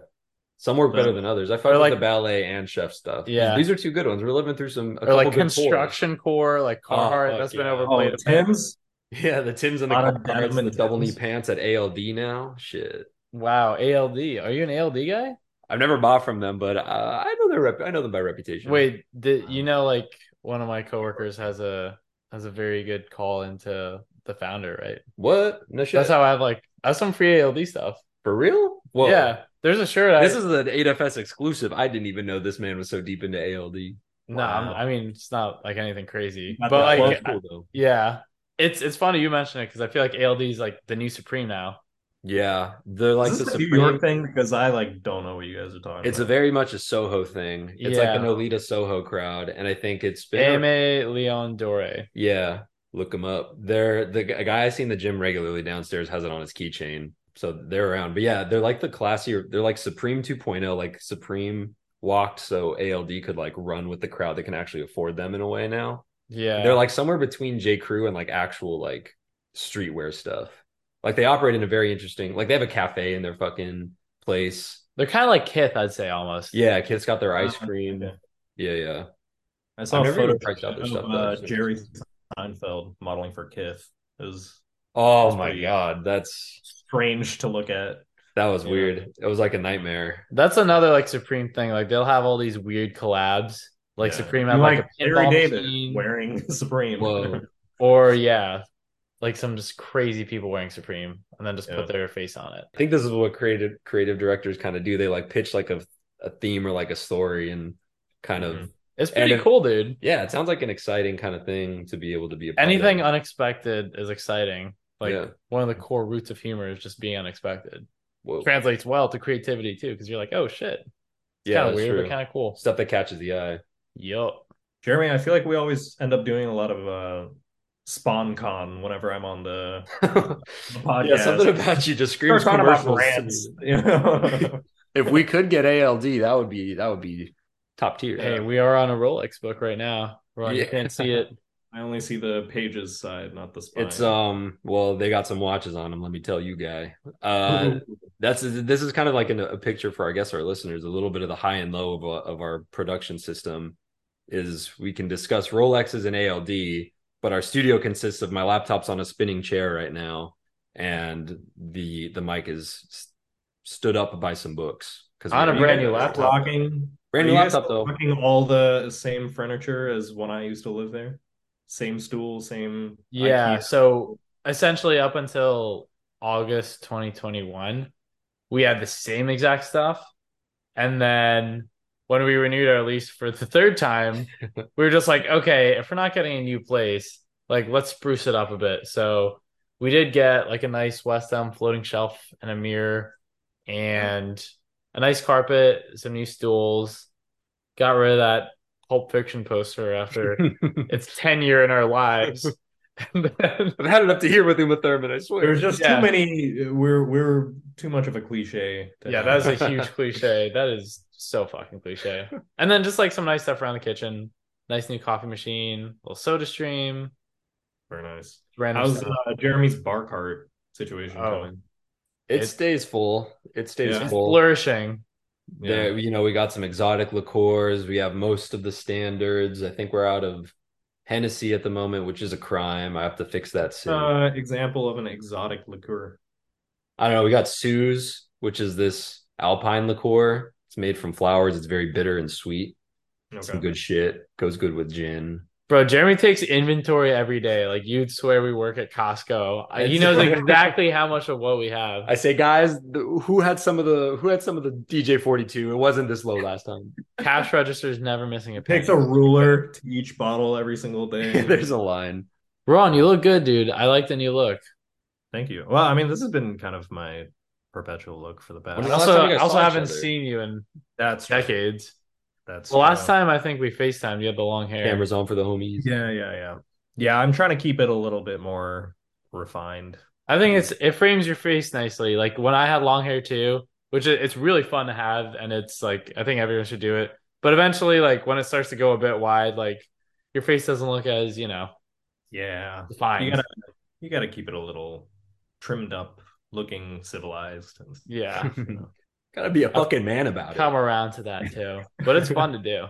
S2: Some work better
S3: Yeah.
S2: than others. I find
S1: Or
S2: like
S1: like-
S2: the ballet and chef stuff.
S1: Yeah.
S2: these are two good ones. We're living through some a
S1: or
S2: couple
S1: like
S2: good fours.
S1: construction core, like
S2: Oh,
S1: Carhartt.
S2: fuck
S1: that's been
S2: yeah.
S1: overplayed.
S3: oh, Tim's.
S2: Yeah, the Tims and the,
S3: A lot of
S2: Carhartts,
S3: diamond
S2: the double knee
S3: tips.
S2: pants at ALD now. Shit,
S1: Wow, ALD. Are you an ALD guy?
S2: I've never bought from them, but uh, I know their rep- I know them by reputation.
S1: Wait, did you know like one of my coworkers has a has a very good call into the founder, right?
S2: what? No shit.
S1: That's how I have like I have some free ALD stuff.
S2: for real? Whoa.
S1: Yeah, there's a shirt. I,
S2: This is an 8FS exclusive. I didn't even know this man was so deep into ALD.
S1: no, I'm-
S3: Wow.
S1: I mean it's not like anything crazy,
S3: Not
S1: but
S3: that
S1: like
S2: Well,
S3: close.
S2: that's cool, though.
S1: yeah, it's it's funny you mention it because I feel like ALD is like the new Supreme now.
S2: Yeah, they're like
S3: is
S2: the
S3: this a
S2: Supreme.
S3: New York thing because I like don't know what you guys are talking.
S2: It's a
S3: about.
S2: very much a Soho thing. It's
S1: Yeah.
S2: like an Olita Soho crowd, and I think it's been.
S1: AMA Leon Dore.
S2: Yeah, look them up. They're the g- a guy I see in the gym regularly downstairs has it on his keychain, so they're around. But yeah, they're like the classier. They're like Supreme 2.0, like Supreme walked so ALD could like run with the crowd that can actually afford them in a way now.
S1: Yeah,
S2: They're like somewhere between J. Crew and like actual like streetwear stuff. Like they operate in a very interesting like they have a cafe in their fucking place.
S1: They're kind of like Kith, I'd say almost.
S2: Yeah, kids got their
S3: Uh-huh.
S2: ice cream.
S3: okay.
S2: Yeah, yeah.
S3: I saw
S2: I've
S3: a
S2: never even
S3: photo
S2: checked out their
S3: of
S2: stuff, though.
S3: uh, Jerry Seinfeld modeling for Kith. It was
S2: Oh
S3: That's
S2: my
S3: pretty-
S2: god, that's
S3: strange to look at.
S2: that was
S3: Yeah.
S2: weird. It was like a nightmare.
S1: That's another like Supreme thing. Like they'll have all these weird collabs. Like
S3: Yeah.
S1: Supreme
S3: You
S1: have like, a
S3: Larry
S1: pinball
S3: David
S1: machine,
S3: wearing Supreme.
S2: Whoa.
S1: or yeah, like some just crazy people wearing Supreme, and then just
S3: Yeah.
S1: put their face on it.
S2: I think this is what creative creative directors kind of do. They like pitch like a a theme or like a story and kind of
S3: Mhm.
S1: It's
S2: And
S1: pretty
S2: if- Oh,
S1: cool, dude.
S2: yeah, it sounds like an exciting kind of thing to be able to be a part of.
S1: Anything unexpected is exciting. Like
S2: Yeah.
S1: one of the core roots of humor is just being unexpected.
S2: Whoa.
S1: Translates well to creativity too, because you're like, oh shit, it's
S2: yeah,
S1: kind of
S2: that's
S1: weird,
S2: true.
S1: but kind of cool.
S2: stuff that catches the eye.
S1: Yup.
S3: Jeremy, I feel like we always end up doing a lot of uh, spawn con whenever I'm on the, the podcast.
S2: Yeah, something about you just
S3: We're
S2: screams
S3: talking about
S2: commercials.
S3: brands, you know?
S2: If we could get ALD, that would be that would be top tier.
S1: Hey, we are on a Rolex book right now. We're on, You
S2: Yeah.
S1: can't see it.
S3: I only see the pages side, not the spine.
S2: it's um well they got some watches on them. Let me tell you, guy. Uh, that's this is kind of like an, a picture for I guess our listeners. A little bit of the high and low of, uh, of our production system is we can discuss Rolexes and ALD, but our studio consists of my laptop's on a spinning chair right now, and the the mic is s- stood up by some books. Because
S1: On a brand new laptop.
S3: Blocking.
S2: brand new
S3: Are you guys
S2: laptop though.
S3: Blocking all the same furniture as when I used to live there. Same stool, same.
S1: Yeah.
S3: IKEA.
S1: So essentially, up until August 2021, we had the same exact stuff. And then when we renewed our lease for the third time, we were just like, okay, if we're not getting a new place, like let's spruce it up a bit. So we did get like a nice West Elm floating shelf and a mirror and a nice carpet, some new stools. Got rid of that Pulp Fiction poster after its tenure in our lives. And then-
S2: I've had it up to here with Uma Thurman. I swear.
S3: There's just
S1: Yeah.
S3: too many. We're we're too much of a cliche. to
S1: yeah,
S3: have.
S1: that's a huge cliche. That is so fucking cliche. And then just like some nice stuff around the kitchen, nice new coffee machine, little soda stream,
S3: very nice.
S1: random
S3: How's
S1: stuff.
S3: uh, Jeremy's bar cart situation
S1: Oh,
S3: going?
S2: it
S1: it's-
S2: stays full. It stays
S3: Yeah.
S1: It's
S2: full.
S1: flourishing.
S2: There, you know, we got some exotic liqueurs. We have most of the standards. I think we're out of Hennessy at the moment, which is a crime. I have to fix that soon.
S3: Uh, example of an exotic liqueur.
S2: I don't know. We got Suze, which is this alpine liqueur. It's made from flowers. It's very bitter and sweet. Some
S3: Okay.
S2: good shit. Goes good with gin.
S1: Bro, Jeremy takes inventory every day. Like you'd swear we work at Costco. I- He
S2: It's-
S1: knows exactly how much of what we have.
S2: I say, guys, th- who had some of the who had some of the DJ forty two? It wasn't this low last time.
S1: Cash register's never missing a penny.
S3: Takes a ruler to each bottle every single day.
S2: There's a line.
S1: Ron, you look good, dude. I like the new look.
S3: Thank you. Well, I mean, this has been kind of my perpetual look for the past.
S2: When was the last
S1: Also,
S2: time you
S1: I
S2: guys
S1: also
S2: saw each
S1: haven't
S2: other?
S1: seen you in
S3: That's
S1: decades.
S3: That's
S1: The last
S3: uh,
S1: time I think we FaceTimed, you had the long hair.
S2: Cameras on for the homies.
S3: Yeah, yeah, yeah, yeah. I'm trying to keep it a little bit more refined.
S1: I think it's it frames your face nicely. Like when I had long hair too, which i- it's really fun to have, and it's like I think everyone should do it. But eventually, like when it starts to go a bit wide, like your face doesn't look as you know
S3: Yeah, you
S1: fine.
S3: gotta you gotta keep it a little trimmed up, looking civilized. And,
S1: yeah,
S3: you know.
S2: Gotta be a fucking man about
S1: come around to that too. But it's fun to do.
S2: it.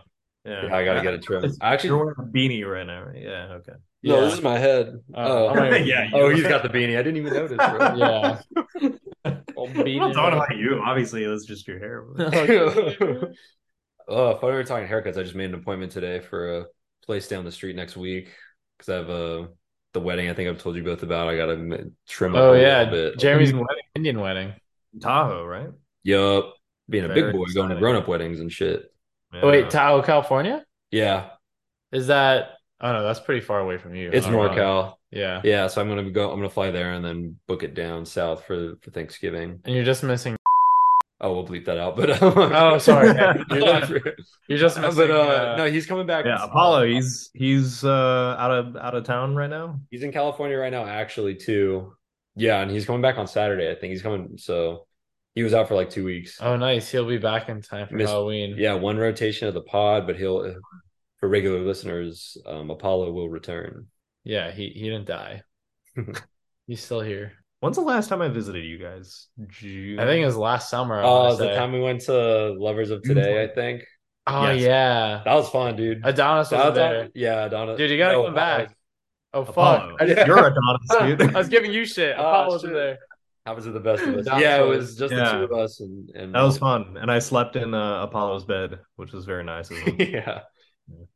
S2: Yeah, I gotta get it trimmed. I
S3: You're
S2: Actually,
S3: wearing a beanie right now. right? Yeah. Okay.
S2: no,
S1: Yeah.
S2: this is my head.
S1: Oh,
S2: Oh.
S1: I'm not even-
S3: Yeah, you-
S2: Oh, he's got the beanie. I didn't even notice. Bro.
S1: yeah.
S3: I'm talking about you. Obviously, that's just your hair. but-
S2: oh, if we were talking haircuts, I just made an appointment today for a place down the street next week because I have uh, the wedding. I think I've told you both about. I got to trim up
S1: Oh
S2: a
S1: yeah,
S2: little bit.
S1: Jeremy's
S3: Indian wedding.
S1: Indian wedding.
S3: Tahoe, right?
S2: yup, being a big
S3: Very
S2: boy, going to
S3: exciting.
S2: grown up weddings and shit.
S3: Yeah.
S1: Oh, wait, Tahoe, California?
S2: Yeah,
S1: Is that? Oh no, that's pretty far away from you.
S2: it's
S1: Oh, wow.
S2: NorCal.
S1: Yeah,
S2: Yeah, so I'm gonna go. I'm gonna fly there and then book it down south for for Thanksgiving.
S1: and you're just missing.
S2: Oh, we'll bleep that out. But
S1: Oh, sorry.
S2: You're not-
S1: You're just missing.
S2: but uh,
S1: uh,
S2: no, he's coming back.
S3: yeah, Apollo. He's he's uh, out of out of town right now.
S2: He's in California right now, actually, too. Yeah, and he's coming back on Saturday. I think he's coming. So he was out for like two weeks.
S1: Oh, nice. He'll be back in time for
S2: Miss-
S1: Halloween.
S2: Yeah, one rotation of the pod, but he'll, for regular listeners, um, Apollo will return.
S1: Yeah, he, he didn't die. He's still here.
S3: When's the last time I visited you guys? June.
S1: I think it was last summer. I
S2: Oh,
S1: wanna
S2: the
S1: say.
S2: time we went to Lovers of
S3: June
S2: Today, I
S3: 20th.
S2: think
S1: Oh,
S3: Yes.
S1: yeah.
S2: that was fun, dude.
S1: Adonis was
S2: That was-
S1: there.
S2: yeah, Donna.
S1: Dude, you gotta
S2: no,
S1: come back. Oh,
S3: Apollo.
S1: fuck.
S2: Yeah.
S3: You're Adonis,
S1: I
S3: dude.
S1: was giving you Ah, shit.
S2: Oh,
S1: Apollo was
S2: shit.
S1: there.
S2: That was the best of us.
S1: That
S2: yeah, it
S1: was-
S2: was just
S3: Yeah.
S2: the two of us, and and
S3: That was fun, and I slept in uh, Apollo's bed, which was very nice. As well.
S2: yeah.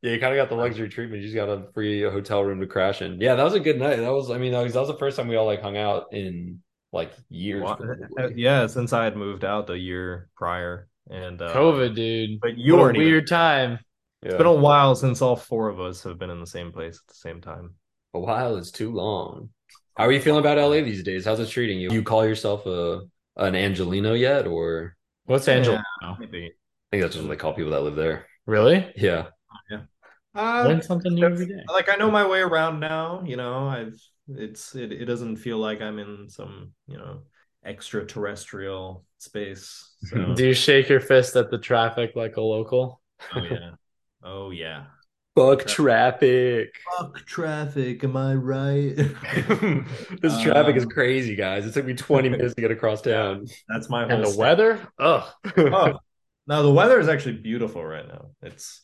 S2: Yeah, you kind of got
S3: Um,
S2: the luxury treatment. You just got a free hotel room to crash in. Yeah, that was a good night. That was, I mean, that was, that was the first time we all like hung out in like years.
S3: Wa- uh,
S2: probably.
S3: yeah, since I had moved out the year prior, and uh,
S1: COVID, dude.
S3: But you
S1: What a
S3: weren't. even-
S1: weird time.
S2: Yeah.
S3: It's been a while since all four of us have been in the same place at the same time.
S2: A while is too long. How are you feeling about LA these days? How's it treating you? You call yourself a an Angelino yet, or
S1: What's
S3: Yeah.
S1: Angel?
S3: Maybe.
S2: I think that's just what they call people that live there.
S1: Really?
S2: Yeah,
S3: Uh,
S1: Learn something new every day.
S3: like I know my way around now. You know, I've it's it, it doesn't feel like I'm in some you know extraterrestrial space. So,
S1: Do you shake your fist at the traffic like a local?
S3: oh yeah, oh yeah.
S2: fuck traffic.
S3: Fuck traffic. Am I right?
S2: this traffic is
S3: Um,
S2: crazy, guys. It took me 20 minutes to get across town.
S3: That's my whole.
S1: And the
S3: sta-
S1: weather? Ugh.
S3: Oh, now the weather is actually beautiful right now. It's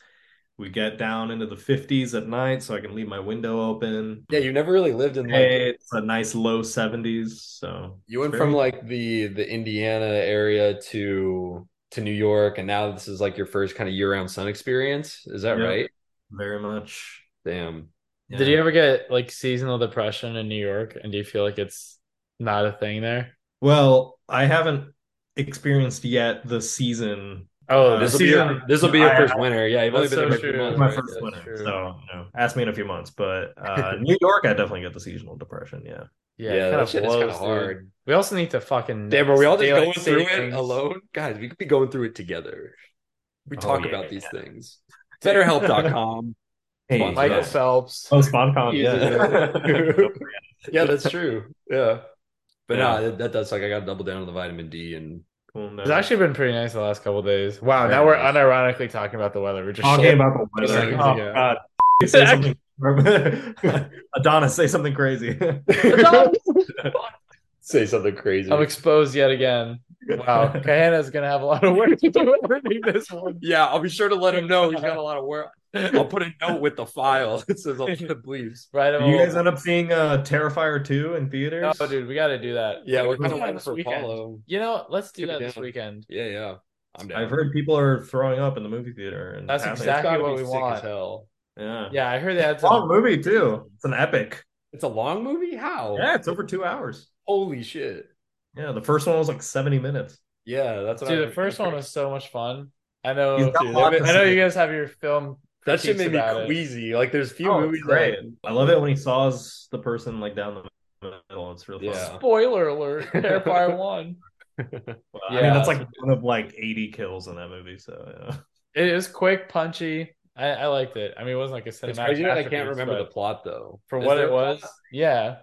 S3: we get down into the 50s at night, so I can leave my window open.
S2: yeah, you never really lived in like
S3: Hey, it's a nice low 70s. So
S2: You went
S3: it's
S2: from
S3: very-
S2: like the the Indiana area to to New York, and now this is like your first kind of year-round sun experience. Is that
S3: Yeah.
S2: right?
S3: Very much.
S2: Damn.
S1: Did you ever get like seasonal depression in New York? And do you feel like it's not a thing there?
S3: Well, I haven't experienced yet the season.
S1: Oh,
S3: Uh,
S1: the
S2: This will be your,
S1: season.
S2: this will be your
S3: I-
S2: first winter. Yeah, you've only
S1: That's
S2: been there
S1: so
S2: for a few
S1: true.
S2: months,
S3: It's my
S2: right?
S3: first
S2: Yeah.
S3: winter,
S1: true.
S3: so you know, ask me in a few months. But uh, New York, I definitely get the seasonal depression. Yeah.
S2: Yeah,
S1: Yeah, it kind
S2: that
S1: of
S2: shit is kinda
S1: blows, dude.
S2: hard.
S1: We also need to fucking.
S2: Damn, are we all just
S1: daylight
S2: going through it
S1: savings.
S2: alone? Guys, we could be going through it together. We
S3: Oh,
S2: talk
S3: yeah,
S2: about these
S3: yeah.
S2: things. BetterHelp.com.
S3: Hey,
S2: Sponsor
S1: Michael
S2: Yeah. us.
S1: Phelps.
S3: Oh, SponCon,
S2: Yeah.
S3: yeah.
S2: yeah, that's true. Yeah. But
S3: Yeah.
S2: no, that, that does like I got to double down on the vitamin D and
S3: cool, no.
S1: It's actually been pretty nice the last couple days. Wow,
S2: Very
S1: now we're
S2: nice.
S1: unironically talking about the weather. We're just
S3: talking about the
S1: Just
S3: weather.
S1: seconds
S3: Oh
S1: ago.
S3: God! Say something. Adonis, say something crazy.
S2: say something crazy.
S1: I'm exposed yet again. Wow, Kahana's gonna have a lot of work to do reading this one.
S2: yeah, I'll be sure to let him know he's got a lot of work. I'll put a note with the file. It says I'll put the bleeps.
S1: Right,
S3: Did
S1: I'm
S3: you guys
S1: all-
S3: end up seeing uh, Terrifier two in theaters?
S1: No, dude, we got to do that.
S2: Yeah, we're
S1: Let's
S2: kind
S1: do
S2: of
S1: that
S2: waiting
S1: this
S2: for
S1: weekend.
S2: Apollo.
S1: You know, let's do
S2: Get
S1: that
S2: it
S1: this
S2: down.
S1: weekend.
S2: Yeah, yeah. I'm down.
S3: I've heard people are throwing up in the movie theater. And
S1: That's
S3: passing.
S1: exactly
S2: gotta
S1: what
S2: be
S1: we
S2: sick as
S1: want.
S2: hell.
S3: Yeah.
S1: Yeah, I heard they had
S3: It's a long
S1: some.
S3: movie too. It's an epic.
S2: It's a long movie? How?
S1: Oh.
S3: Yeah, it's over two hours.
S2: Holy shit.
S3: Yeah, the first one was like seventy minutes.
S2: Yeah, that's what I
S1: Dude, the
S2: heard.
S1: first one was so much fun. I
S3: He's
S1: know.
S3: got
S2: dude,
S3: a lot
S2: that-
S3: to
S1: I know
S3: say.
S1: you guys have your film.
S2: that shit made me
S1: critiques about it.
S2: queasy. Like there's few
S3: Oh,
S2: movies
S3: great.
S2: that
S3: I love it when he saws the person like down the middle. It's real fun.
S2: Yeah.
S1: Spoiler alert: Terrifier one.
S3: Well, I
S1: Yeah.
S3: mean, that's like one of like eighty kills in that movie. So yeah.
S1: It is quick, punchy. I, I liked it. I mean, it wasn't like a cinematic.
S2: It's crazy that I can't
S1: masterpiece,
S2: remember
S1: but
S2: the plot though.
S1: for
S2: Is
S1: what
S2: there
S1: it
S2: a plot?
S1: was. Yeah,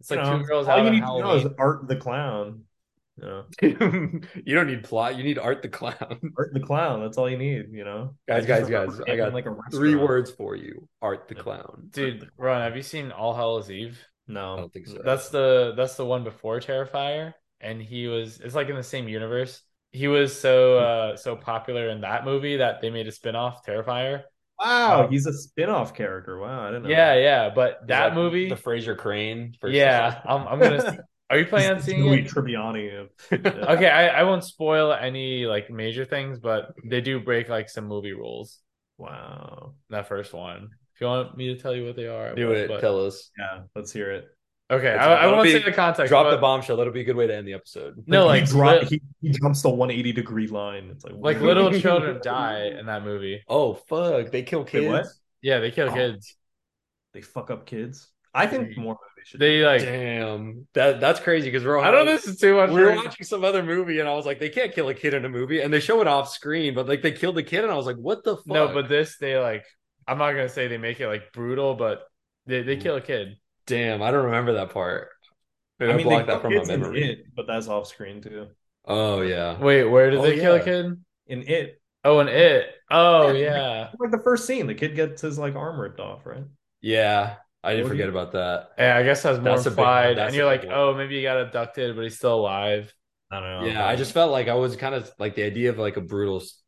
S1: it's like
S3: You know,
S1: two girls
S3: all
S1: out
S3: you
S1: on
S3: need to know is
S1: Halloween.
S3: Art the Clown. You know,
S2: you don't need plot. You need Art the Clown.
S3: Art the Clown. That's all you need. You know,
S2: Guys,
S3: I just
S2: guys,
S3: remember
S2: guys,
S3: him
S2: I
S3: in,
S2: got
S3: like a
S2: Three
S3: restaurant.
S2: words for you Art the Clown.
S1: Dude, Ron, have you seen All Hallows Eve?
S2: I
S3: No,
S2: don't think so.
S1: That's the that's the one before Terrifier, and he was it's like in the same universe. He was so uh so popular in that movie that they made a spin-off, Terrifier.
S3: wow, he's a spin-off character. Wow, I didn't know.
S1: Oh. Yeah,
S3: that.
S1: yeah, but that
S2: Like,
S1: movie,
S2: The Fraser Crane. versus-
S1: yeah, I'm, I'm gonna. Are you planning on
S3: He's
S1: seeing
S3: Joey
S1: it?
S3: Tribbiani. Of,
S1: Okay, I, I won't spoil any like major things, but they do break like some movie rules.
S3: Wow.
S1: in That first one. If you want me to tell you what they are, I
S2: Do
S1: will,
S2: it.
S1: but-
S2: Tell us.
S3: Yeah, let's hear it.
S1: Okay,
S2: It's-
S1: I, I
S2: it'll
S1: won't
S2: be-
S1: say the context.
S2: Drop
S1: but-
S2: the bombshell. That'll be a good way to end the episode.
S1: No, like
S3: he, dro-
S1: li-
S3: he, he jumps the 180 degree line. It's like
S1: like little children die in that movie.
S2: Oh fuck! They kill kids.
S3: Wait, what?
S1: Yeah, they kill
S2: Oh.
S1: kids.
S3: They fuck up kids. I think
S1: They-
S3: more movies should.
S1: They like.
S2: Damn, that that's crazy because we're.
S1: I don't know. This is too much.
S2: We were
S1: for-
S2: watching some other movie, and I was like, they can't kill a kid in a movie, and they show it off screen, but like they killed the kid, and I was like, what the fuck?
S1: No, but this they like. I'm not gonna say they make it like brutal, but they they kill a kid.
S2: damn, I don't remember that part. Maybe I,
S3: they
S2: blocked
S3: kill
S2: that from my
S3: kids in
S2: memory.
S3: It, but that's off screen too.
S2: Oh yeah,
S1: Wait, where did
S2: Oh,
S1: they kill a
S2: yeah.
S1: kid?
S3: In it,
S1: Oh, and it. Oh
S3: Yeah.
S1: yeah.
S3: like the first scene, the kid gets his like arm ripped off, right?
S2: yeah. I didn't
S3: What do
S2: forget
S3: you-
S2: about that.
S1: Yeah, I guess that was more
S2: That's a big one.
S1: implied.
S2: That's
S1: And
S2: a
S1: you're
S2: big
S1: like,
S2: one.
S1: oh, maybe he got abducted, but he's still alive.
S3: I don't
S1: Oh,
S3: know.
S2: yeah, I just felt like I was kind of like the idea of like a brutal, s-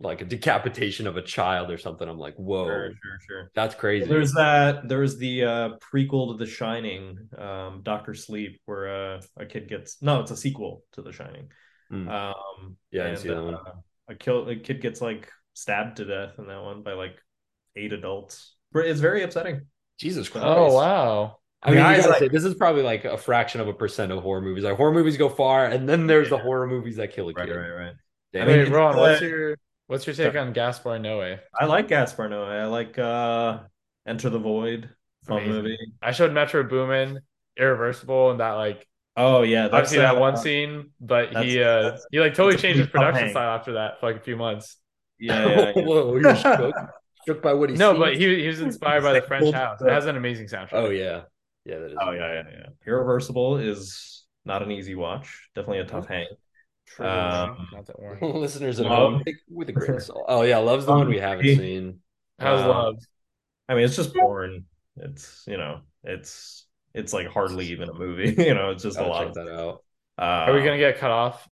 S2: like a decapitation of a child or something. I'm like, whoa,
S3: sure, sure, sure.
S2: that's Oh. crazy.
S3: There's that. There's the uh, prequel to The Shining, um, Doctor Sleep, where uh, a kid gets no, it's a sequel to The Shining.
S2: Mm.
S3: Um,
S2: Yeah, I didn't
S3: and,
S2: see that one.
S3: uh, a kill a kid gets like stabbed to death in that one by like eight adults. But It's very upsetting.
S2: Jesus Christ.
S1: Oh wow.
S2: I mean, I
S3: Guys,
S2: gotta
S3: like-
S2: say, this is probably like a fraction of a percent of horror movies. Like horror movies go far, and then there's the horror movies that kill a kid.
S3: right.
S2: Damn.
S3: I mean,
S1: Wait,
S3: it's,
S1: Ron,
S3: uh,
S1: what's your what's your take on Gaspar Noe?
S3: I like Gaspar Noé. I like uh, Enter the Void, fun
S1: Amazing.
S3: movie.
S1: I showed Metro Boomin, Irreversible, and that like
S3: Oh yeah,
S1: obviously that
S3: uh,
S1: one scene, but he
S3: that's-
S1: uh
S3: that's-
S1: he like totally
S3: that's a
S1: changed his
S3: pretty tough
S1: production
S3: hang.
S1: style after that for like a few months.
S3: Yeah, yeah, yeah.
S2: Whoa, you're shook, shook by what he
S1: No,
S2: sees?
S1: but he he was inspired by the
S3: Like,
S1: French
S3: old-
S1: House. It has an amazing soundtrack.
S2: Oh yeah, yeah, that is.
S3: Oh yeah, yeah, yeah. Irreversible is not an easy watch. Definitely
S1: Mm-hmm.
S3: a tough hang.
S1: True.
S3: Um,
S1: Not that one.
S2: Listeners at
S3: Love.
S2: home, take it with a grain of salt. Oh yeah, love's
S3: um,
S2: the one we haven't
S3: Hey.
S2: seen.
S1: How's
S3: um,
S1: love?
S3: I mean, it's just porn. It's you know, it's it's like hardly even a movie. You know, it's just a
S2: Gotta
S3: lot.
S2: check
S3: Of,
S2: that out.
S3: uh,
S1: Are we gonna get cut off?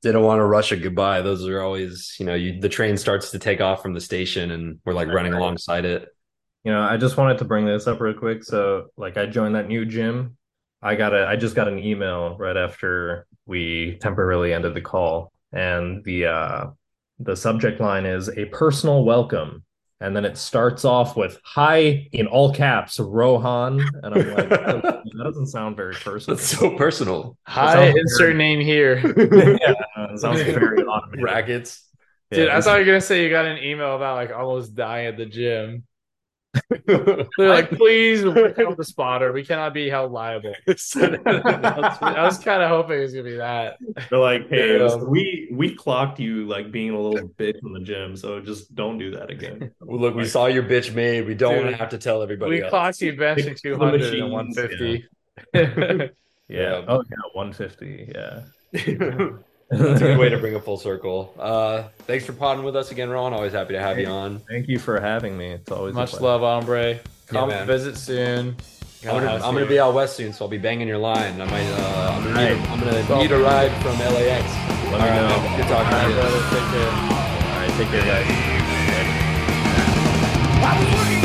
S2: Didn't want to rush a goodbye. Those are always, you know, you, the train starts to take off from the station, and we're like
S3: Right,
S2: running
S3: right.
S2: alongside it.
S3: You know, I just wanted to bring this up real quick. So, like, I joined that new gym. I got a, I just got an email right after we temporarily ended the call, and the uh, the subject line is a personal welcome, and then it starts off with "Hi" in all caps, Rohan, and I'm like, that doesn't sound very personal.
S2: That's so personal.
S1: Hi, insert name here.
S3: yeah, Uh, it sounds very automated.
S2: Rackets.
S1: Dude,
S3: Yeah,
S1: I
S3: this
S1: thought
S3: is-
S1: you were gonna say you got an email about like almost dying at the gym. They're like, please work out the spotter. We cannot be held liable. I was, I was kind of hoping it was gonna be that.
S3: They're like, hey,
S1: Yeah.
S3: we we clocked you like being a little bitch in the gym, so just don't do that again.
S2: Well, look, we saw your bitch made. We don't
S1: Dude,
S2: want to have to tell everybody.
S1: we
S2: else.
S1: clocked you benching
S3: Fix the
S1: 200 and
S3: machines,
S1: 150.
S3: Yeah.
S2: Yeah.
S3: Oh yeah, 150. Yeah.
S2: That's a good way to bring it full circle. Uh, thanks for podding with us again, Ron. Always happy to have you on.
S3: Thank you for having me. It's always a
S1: Much
S3: pleasure.
S1: love, hombre. Come
S2: man.
S1: visit soon.
S2: I'm gonna, I'm gonna be out west soon, so I'll be banging your line. I might. Uh, I'm gonna, need,
S3: Alright.
S2: I'm gonna need a ride from LAX. All
S3: me
S2: right,
S3: know.
S2: man. Good talking to you.
S1: brother. Take care.
S3: All right, take care, guys.
S4: I was looking